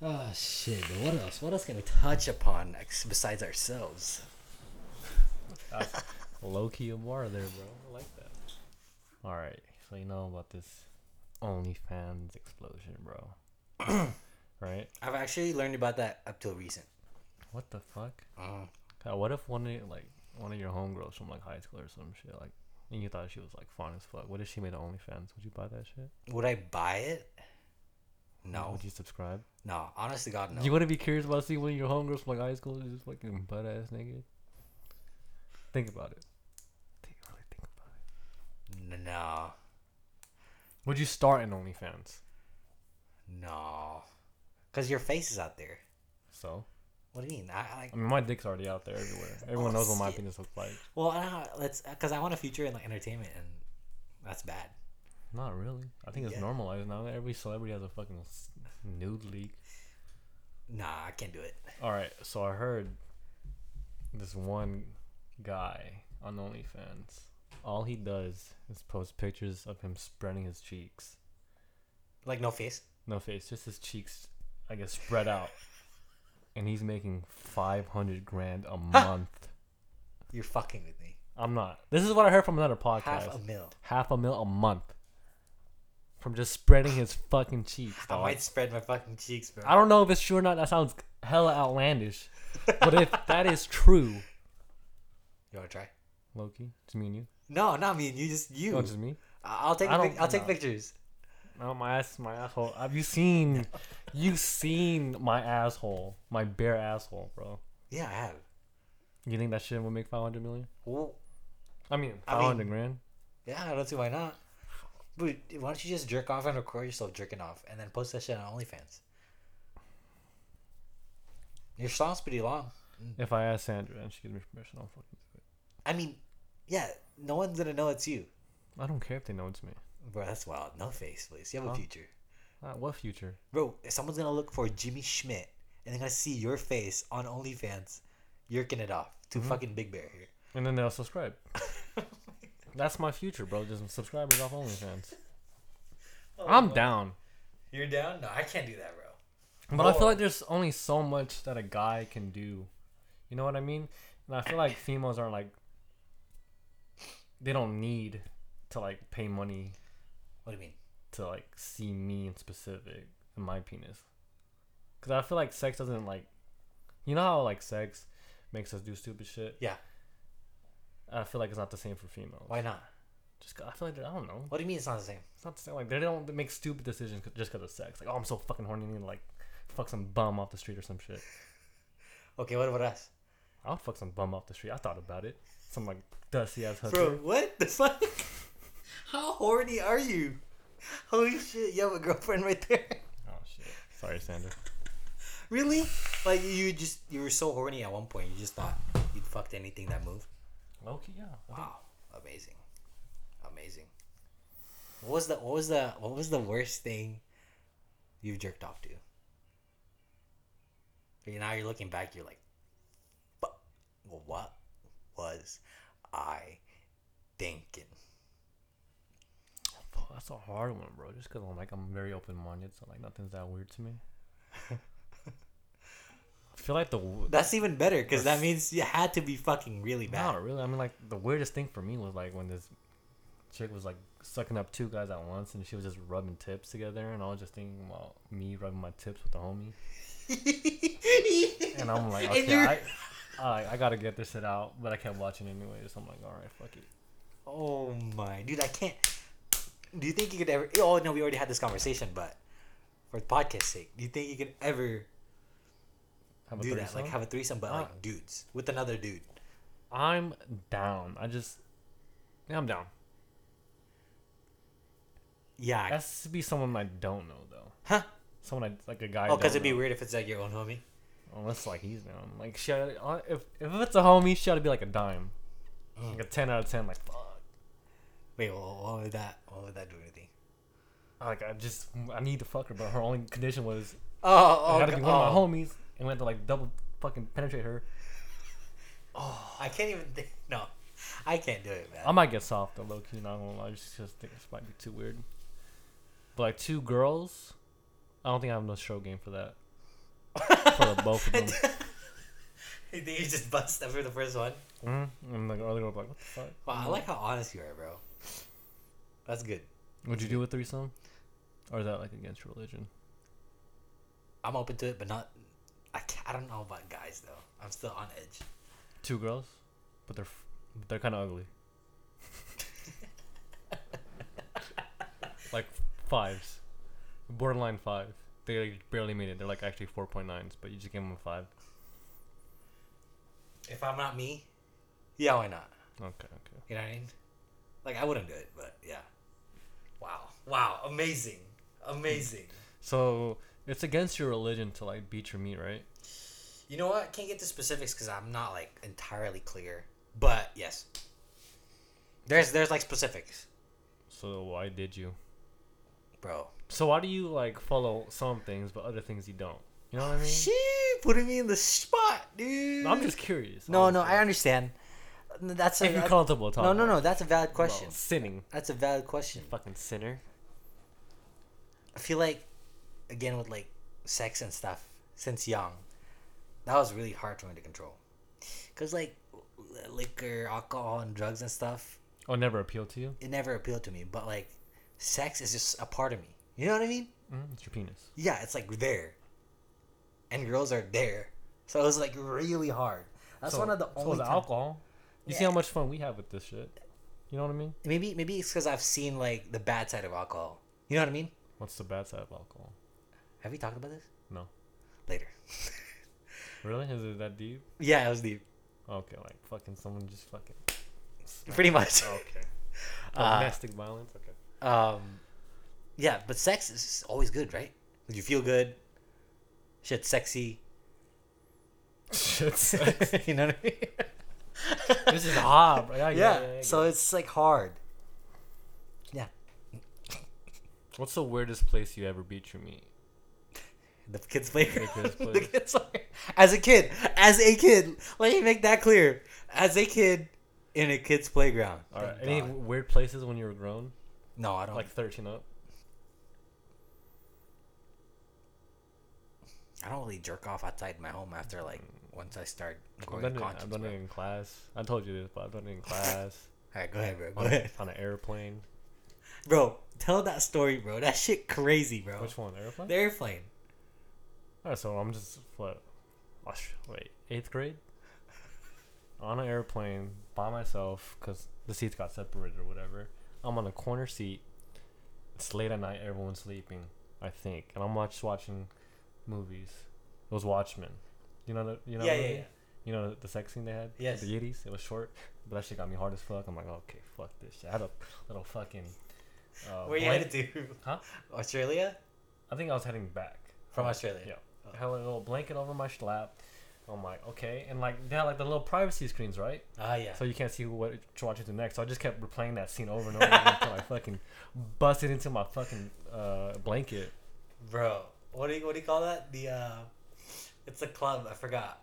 Oh shit! But what else? What else can we touch upon ex- besides ourselves?
That's low key a bar there, bro. I like that. All right, so you know about this OnlyFans explosion, bro. right?
I've actually learned about that up till recent.
What the fuck?
Uh,
God, what if one of your- like one of your homegirls from like high school or some shit like. And you thought she was like fine as fuck. What if she made an OnlyFans? Would you buy that shit?
would I buy it? No.
Would you subscribe?
No, honest to God, no.
You wouldn't be curious about seeing one of your homegirls from like high school is just fucking butt ass nigga. Think about it. Think, really think about it.
N- no,
Would you start an OnlyFans?
no, because your face is out there.
So
What do you mean? I, I like.
I mean, my dick's already out there everywhere. Everyone
Oh,
knows what my
shit.
penis looks like.
Well, I don't, let's because I want a future in like entertainment, and that's bad.
Not really. I think it's
Yeah.
normalized now. Every celebrity has a fucking s- nude leak.
Nah, I can't do it.
All right, so I heard this one guy on OnlyFans. All he does is post pictures of him spreading his cheeks.
Like no face.
No face, just his cheeks, I guess, spread out. and he's making 500 grand a month.
You're fucking with me.
I'm not. This is what I heard from another podcast.
Half a mil.
half a mil a month from just spreading his fucking cheeks.
I
dog.
might spread my fucking cheeks, bro.
I don't know if it's true or not. That sounds hella outlandish. But if that is true,
You wanna try?
Loki, it's me and you.
No, not me. You just you.
No, just me.
I- I'll take.
I
pic-
don't
I'll take
know.
pictures.
No, my ass, my asshole. Have you seen? You seen my asshole, my bare asshole, bro?
Yeah, I have.
You think that shit would make five hundred million?
Well,
I mean,
I mean-
five hundred grand.
yeah, I don't see why not. But why don't you just jerk off and record yourself jerking off, and then post that shit on OnlyFans? Your song's pretty long.
If I ask Sandra and she gives me permission, I'll fucking do it.
I mean, yeah, no one's gonna know it's you,
I don't care if they know it's me.
bro. That's wild. No face, please. You have a
Huh?
future,
Uh, what future?
bro. If someone's gonna look for Jimmy Schmidt, and they're gonna see your face on OnlyFans, jerking it off
Mm-hmm.
to fucking Big Bear here.
And then they'll subscribe. That's my future, bro. Just subscribers off OnlyFans. I'm down.
You're down? No, I can't do that, bro.
But I feel
More.
like there's only so much that a guy can do. You know what I mean? And I feel like females aren't like they don't need to like pay money
What do you mean?
to like see me in specific and my penis. Cause I feel like sex doesn't like you know how like sex makes us do stupid shit?
Yeah.
I feel like it's not the same for females.
Why not?
Just 'cause- I feel like they're- I don't know.
What do you mean it's not the same?
It's not the same. Like they don't make stupid decisions 'cause- just because of sex. Like oh, I'm so fucking horny, I need to like fuck some bum off the street or some shit.
Okay, what about us?
I'll fuck some bum off the street. I thought about it. Some like dusty ass hunter.
Bro, what the fuck? How horny are you? Holy shit, you have a girlfriend right there.
Oh shit. Sorry, Sandra.
Really? Like you just you were so horny at one point, you just thought you'd fucked anything that moved.
Loki, yeah. I think-
Wow. Amazing. Amazing. What was the what was the what was the worst thing you've jerked off to? Okay, now you're looking back, you're like, but what was I thinking?
Fuck, that's a hard one, bro. Just because I'm like I'm very open minded, so like nothing's that weird to me. I feel like the w-
That's even better because that means you had to be fucking really
no,
bad.
really. I mean, like the weirdest thing for me was like when this chick was like sucking up two guys at once, and she was just rubbing tips together, and I was just thinking about me rubbing my tips with the homie. And I'm like,
And
okay,
you're-
I, I, I gotta get this shit out, but I kept watching anyways. I'm like, all right, fuck it.
Oh my dude, I can't. Do you think you could ever? Oh no, we already had this conversation, but for the podcast sake, do you think you could ever
Have
do that?
threesome?
Like have a threesome, but
Uh,
like dudes with another dude.
I'm down. I just, yeah, I'm down.
Yeah. I-
That's to be someone I don't know though.
huh?
Someone I like a guy. I
Oh, because
don't
it'd be
know.
weird if it's like your own homie.
unless like he's down. Like she, oughta- uh, if if it's a homie, she ought to be like a dime,
Mm.
like a ten out of ten. Like fuck.
Wait, what, what would that? What would that do anything?
Like I just I need to fuck her, but her only condition was
Oh,
I
oh,
gotta be
go-
one of my
oh.
homies, and we had to like double fucking penetrate her.
oh, I can't even think. No, I can't do it, man.
I might get soft though, low key. Not gonna lie, just just think this might be too weird. But like two girls, I don't think I have no show game for that. for the both of them,
you think you just bust after the first one?
mm
Mm-hmm.
and like the other girl, like what the fuck?
Wow, I like how honest you are, bro. That's good.
Would you do a threesome, or is that like against your religion?
I'm open to it, but not. I, ca- I don't know about guys though. I'm still on edge.
Two girls, but they're f- they're kind of ugly. like fives, borderline five. They like, barely made it. They're like actually four point nines, but you just gave them a five.
If I'm not me, yeah, why not?
Okay, okay.
You know what I mean? Like I wouldn't do it, but yeah. Wow! Wow! Amazing! Amazing!
So it's against your religion to like beat your meat, right?
You know what? Can't get to specifics because I'm not like entirely clear. But yes, there's there's like specifics,
So why did you?
bro.
So why do you like follow some things but other things you don't? You know what I mean?
She putting me in the spot, dude.
I'm just curious.
No, no,
honestly.
I understand. That's a,
If you're comfortable talking.
no, no,
about
no. That's a valid
it. Well,
question.
sinning.
That's a valid question.
Fucking sinner.
I feel like, again, with like sex and stuff, since young, that was really hard for me to control. Cause like liquor, alcohol, and drugs and stuff,
Oh, never appeal to you?
it never appealed to me. But like, sex is just a part of me. You know what I mean?
Mm, it's your penis.
Yeah, it's like there, and girls are there. So it was like really hard. That's
So-
one of the
so
only.
the
time-
alcohol. You see
Yeah.
how much fun we have with this shit. You know what I mean?
Maybe maybe it's because I've seen like the bad side of alcohol. You know what I mean?
What's the bad side of alcohol?
Have we talked about this
No.
later?
Really? Is it that deep?
yeah, it was deep.
Okay, like fucking someone just fucking. Oh.
Pretty much.
Okay.
Uh,
Domestic violence. Okay.
Um, yeah, but sex is always good, right? You feel good. Shit's sexy.
Shit. sucks.
you know what I mean?
this is hot. bro. I get
yeah.
it, I get
So
it.
it's like hard. Yeah.
what's the weirdest place you ever beat your meat?
The kids play.
kids'
the
play.
kids play. As a kid, as a kid, let me make that clear. As a kid, in a kid's playground.
All right.
Thank
Any
God.
weird places when you were grown,
No, I don't.
like thirteen up?
I don't really jerk off outside my home after like once I start
I've
going
done,
to
it, I've
concerts.
done it
All
in class. I told you this, but I've done it in class
right, go ahead, bro. Go
on, a-
ahead,
on an airplane.
bro. Tell that story, bro. That shit crazy, bro.
Which one? Airplane.
The airplane.
Alright, so I'm just what? Gosh, wait, eighth grade? On an airplane by myself because the seats got separated or whatever. I'm on a corner seat. It's late at night. Everyone's sleeping, I think, and I'm watch, watching movies. It was Watchmen. You know the you know
Yeah,
the
yeah,
movie?
yeah.
You know the sex scene they had? with
Yes.
The Yetis. It was short, but that shit got me hard as fuck. I'm like, okay, fuck this shit. I had a little fucking. Uh,
Where you
blank-
headed to?
Huh?
Australia?
I think I was heading back
From
Australia.
Australia.
Yeah. I had a little blanket over my schlap. I'm like, okay. And like they had like the little privacy screens, right?
Ah, yeah.
So you can't see who what to watch into next. So I just kept replaying that scene over and over again until I fucking busted into my fucking uh, blanket.
bro, what do you what do you call that? The uh, it's a club. I forgot.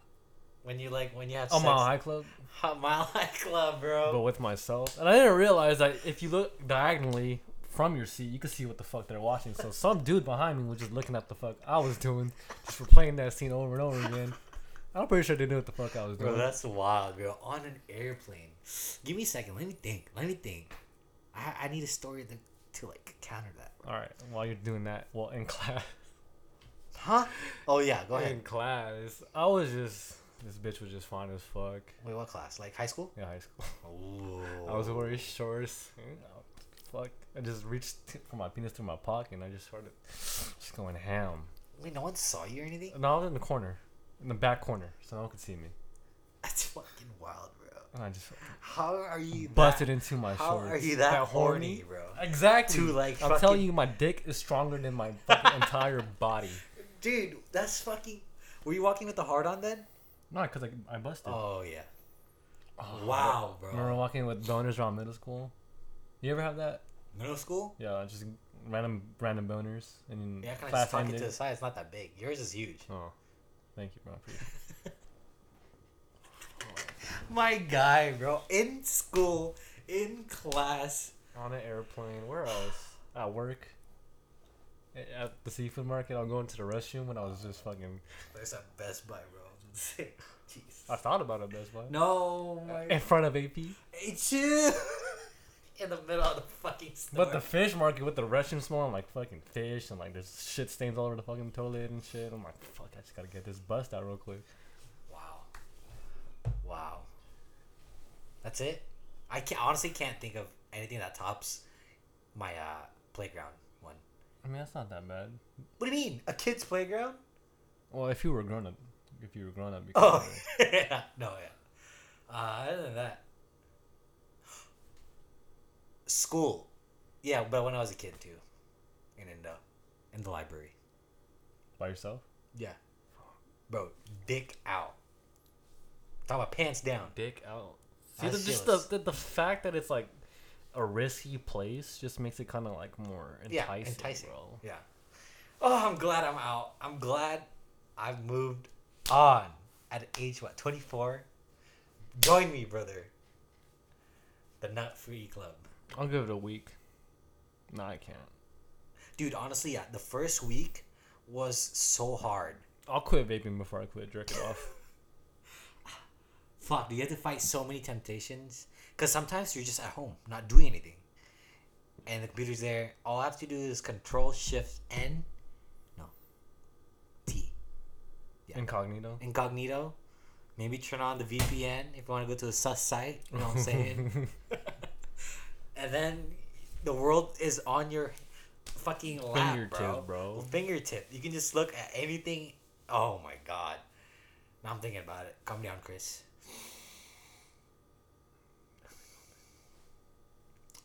When you like when you have
Oh
sex.
my high club,
Hot Mile High Club, bro.
but with myself. And I didn't realize that if you look diagonally from your seat, you could see what the fuck they're watching. So some dude behind me was just looking at the fuck I was doing, just replaying that scene over and over again. I'm pretty sure they knew what the fuck I was
Bro,
doing.
that's wild, bro. On an airplane. Give me a second. Let me think. Let me think. I, I need a story to, to like counter that.
All right. While you're doing that, well, in class.
Huh? Oh yeah. Go ahead.
in class, I was just this bitch was just fine as fuck
Wait, what class? Like high school?
in high school.
Ooh.
I was wearing shorts. and I- Fuck, I just reached for my penis through my pocket and I just started just going ham.
Wait, no one saw you or anything?
And I was in the corner, in the back corner, so no one could see me.
That's fucking wild, bro.
And I just
How are you?
busted into my
How
shorts.
are you that, horny, bro?
Exactly.
To, like,
I'm telling
fucking-
you, my dick is stronger than my fucking entire body.
Dude, that's fucking. Were you walking with the hard on then?
Not because I, I busted.
Oh yeah. Uh-huh. wow,
Remember
bro.
walking with boners around middle school? You ever have that?
Middle school?
Yeah, just random random boners and
Yeah, I can I
class
just tuck it
ended.
to the side? It's not that big. Yours is huge.
Oh, thank you, bro. I appreciate it.
My guy, bro. In school, in class.
On an airplane. Where else? At work. A- At the seafood market, I'll go into the restroom when I was just fucking.
There's a Best Buy, bro. Jeez.
I thought about it Best Buy.
No, my.
In front of AP,
It's you. in the middle of the fucking store.
but the fish market with the restroom smell and like fucking fish and like there's shit stains all over the fucking toilet and shit. I'm like, fuck, I just gotta get this bust out real quick.
Wow. Wow. That's it. I can honestly can't think of anything that tops my uh, playground one.
I mean, that's not that bad.
What do you mean? A kid's playground?
Well, if you were grown up, if you were grown up, you could
Oh,
do it.
yeah. No, yeah. Uh, other than that, school. Yeah, but when I was a kid too, in Indo, in the library.
by yourself.
Yeah. Bro, dick out. Talk about pants down.
dick out.
I
See, the,
feel
just the,
it's-
the the fact that it's like a risky place just makes it kind of like more enticing,
yeah, enticing.
bro.
Yeah. Oh, I'm glad I'm out. I'm glad I've moved on at age what twenty four. Join me, brother. The Nut Free Club,
I'll give it a week. No, I can't.
dude. Honestly, yeah, the first week was so hard.
I'll quit vaping before I quit jerking off.
Fuck, do you have to fight so many temptations? Because sometimes you're just at home, not doing anything, and the computer's there. All I have to do is Control Shift N, no, T.
Incognito.
incognito. Maybe turn on the VPN if you want to go to a sus site. You know what I'm saying? and then the world is on your fucking lap, bro.
Fingertips, bro.
Fingertip. You can just look at anything. Oh my god. Now I'm thinking about it. Calm down, Chris.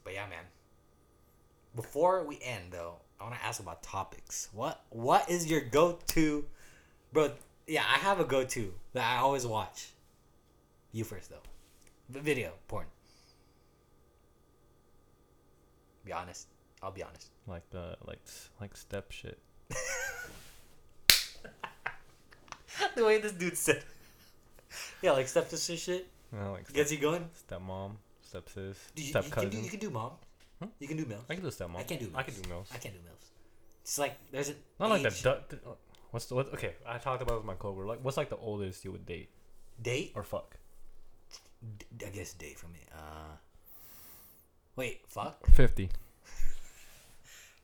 But yeah, man. Before we end, though, I want to ask about topics. What What is your go-to, bro? Yeah, I have a go-to that I always watch. You first, though. V- video porn. Be honest. I'll be honest.
Like the like like step shit.
the way this dude said. Yeah, like stepsister shit
You know, like step,
gets you going.
stepmom, stepsis,
Do you,
step
you can do
cousin.
you can do mom.
Hmm?
You can do males.
I can do stepmom.
I can't do
I can
milfs.
do milfs.
I can't do milfs. It's like there's a
Not like
age-
the du- du- What's the what? Okay, I talked about it with my coworker. Like, what's like the oldest you would date
date.
or fuck?
D- I guess date for me. Uh, wait, fuck.
Fifty.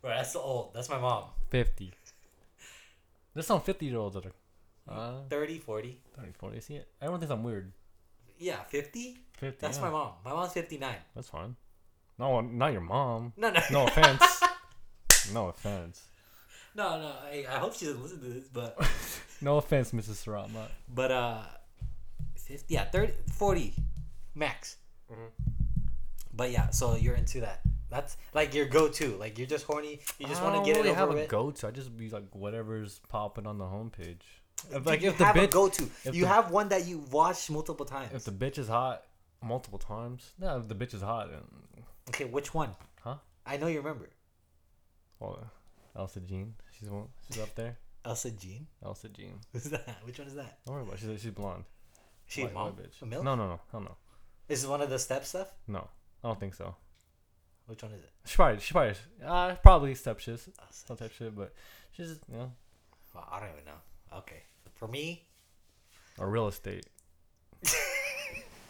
Bro, that's the old. That's my mom.
Fifty. There's some fifty-year-olds that are. Uh,
30, 40.
30, 40. See, everyone thinks I'm weird.
Yeah, 50?
Fifty.
That's
yeah.
my mom. My mom's 59.
That's fine. No, not your mom.
No, no.
No offense. no offense.
No, no. I, I hope she doesn't listen to this, but
No offense, Mrs. Sarama.
but uh 50 yeah, 30 40 max.
Mm-hmm.
But yeah, so you're into that. That's like your go-to. Like you're just horny. You just want to get it over
have a
with.
go to. I just be like whatever's popping on the homepage. If,
Like
like
you
if the
have a
bitch,
go-to.
if
You
the-
have one that you watch multiple times.
if the bitch is hot multiple times. No, if the bitch is hot. then-
Okay, which one?
Huh?
I know you remember.
Well, Elsa Jean. She's one. She's up there.
Elsa Jean.
Elsa Jean.
Who's that? Which one is that?
Don't worry about. It. She's she's blonde.
She
White-
mom.
white bitch.
A milk?
No, no, no, hell no,
Is it one of the step stuff?
no. I don't think so.
Which one is it?
She probably she probably uh, probably step shit,
Elsa.
some type shit, but she's you know
Well, I don't even know. Okay, for me,
or real estate.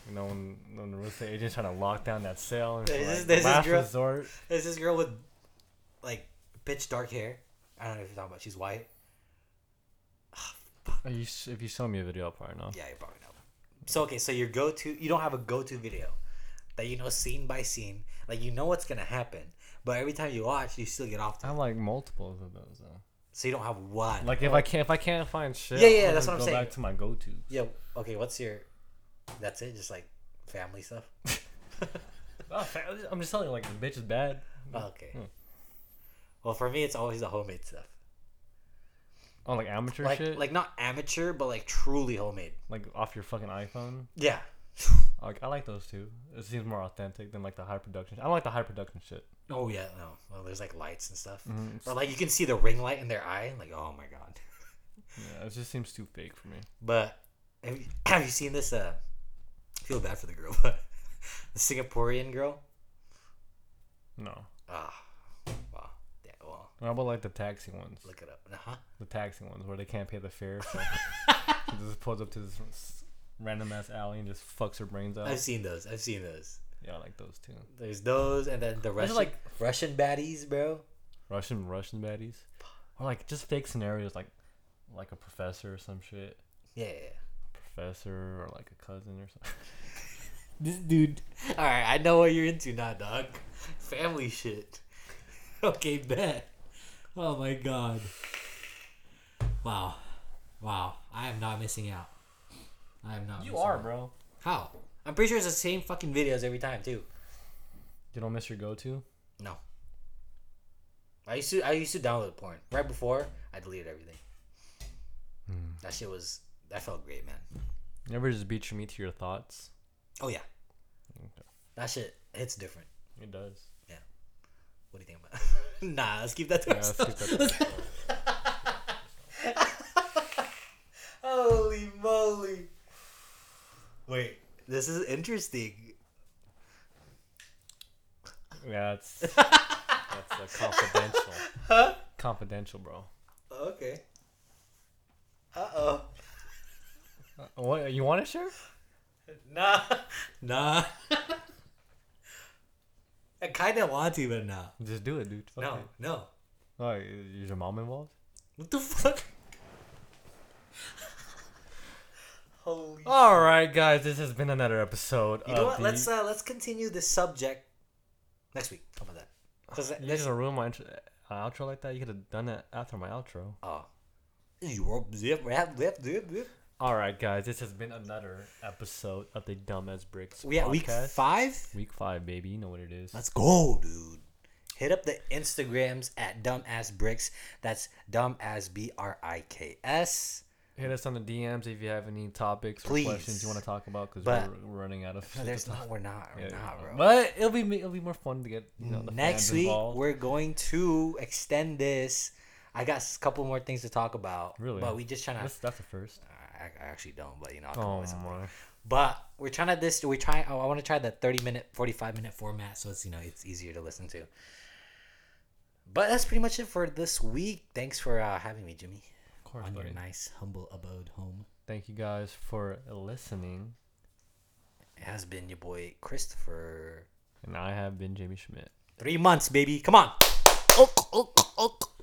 you know when, when the real estate agent's trying to lock down that sale and
There's
like,
this- there's this
last
girl-
resort.
There's this girl with like pitch dark hair. I don't know if you're talking about. She's white.
Are you, s- if you show me a video, I'll probably know.
Yeah, you probably know. So okay, so your go to you don't have a go to video that you know scene by scene, like you know what's gonna happen, but every time you watch, you still get off.
I
To it.
like multiples of those though.
So you don't have one.
Like if I can't if I can't find shit,
Yeah, yeah,
I'll
that's
just
what I'm
go
saying.
Back to my go-to.
yeah. Okay, what's your? That's it. Just like family stuff.
Oh, fa- I'm just telling you, like the bitch is bad.
Okay. Well, for me, it's always the homemade stuff.
Oh, like amateur
Like
shit, like,
like not amateur, but like truly homemade.
off your fucking iPhone.
Yeah.
Like I like those two. It seems more authentic than like the high production. I don't like the high production shit.
Oh yeah, no. Well, there's like lights and stuff,
Mm-hmm.
or like you can see the ring light in their eye. Like, oh my god.
Yeah, it just seems too fake for me.
But have you, have you seen this? Uh, I feel bad for the girl, but the Singaporean girl.
No,
Ah, wow. Yeah, well,
how about like the taxi ones?
look it up. Uh-huh.
The taxi ones where they can't pay the fare, so she just pulls up to this s- random ass alley and just fucks her brains out.
I've seen those. I've seen those.
yeah, I like those too.
There's those, and then the Russian like
like-
Russian baddies, bro.
Russian Russian baddies, or like just fake scenarios, like like a professor or some shit,
Yeah. yeah, yeah.
professor or like a cousin or something.
This dude. All right, I know what you're into now, dog. Family shit. Okay, bet. Oh my god. Wow, wow. I am not missing out. I am not. missing out.
bro.
How? I'm pretty sure it's the same fucking videos every time too.
You don't miss your go-to.
No. I used to I used to download porn. Right before I deleted everything. That shit was that felt great, man.
You ever just beat your meat to your thoughts.
Oh yeah.
Okay.
That shit hits different.
It does.
What do you think about nah, let's keep that to
let's
ourselves.
keep that
This is interesting.
Yeah, that's that's uh, confidential.
Huh?
Confidential, bro.
Okay. Uh oh.
Uh, What you want to share?
Nah. Nah. I kinda want to, but nah.
Just do it, dude. Fuck
No,
it.
no.
Oh, is your mom involved?
What the fuck? Holy.
All right, guys. This has been another episode.
You know
of
what?
The...
Let's uh, let's continue this subject next week. How about that? 'Cause that-
You
that's-
just ruin my intro, uh, outro like that. You could have done it after my outro.
Oh. Zip, rap, zip, zip, zip.
All right, guys. This has been another episode of the Dumb as Bricks
We at
podcast.
week five.
Week five, baby. You know what it is.
Let's go, dude. Hit up the Instagrams at dumbass bricks. That's dumbass b r i k s.
Hit us on the DMs if you have any topics
Please.
or questions you want to talk about because
But-
we're, we're running out of.
No, there's not. We're not. We're
Yeah,
not, bro.
But it'll be it'll be more fun to get you know the
Next
fans
week
involved.
we're going to extend this. I got a couple more things to talk about.
Really?
But we just trying to.
That's, that's the first.
I, I actually don't, but you know. I'll come up
Oh
with some-
my!
But we're trying to this. We try. oh, I want to try the thirty minute, forty five minute format, so it's you know it's easier to listen to. But that's pretty much it for this week. Thanks for uh, having me, Jimmy,
Of course,
on
buddy.
your nice humble abode home.
Thank you guys for listening,
It has been your boy Christopher.
and I have been Jamie Schmidt.
Three months, baby. Come on. Oh, oh, oh, oh.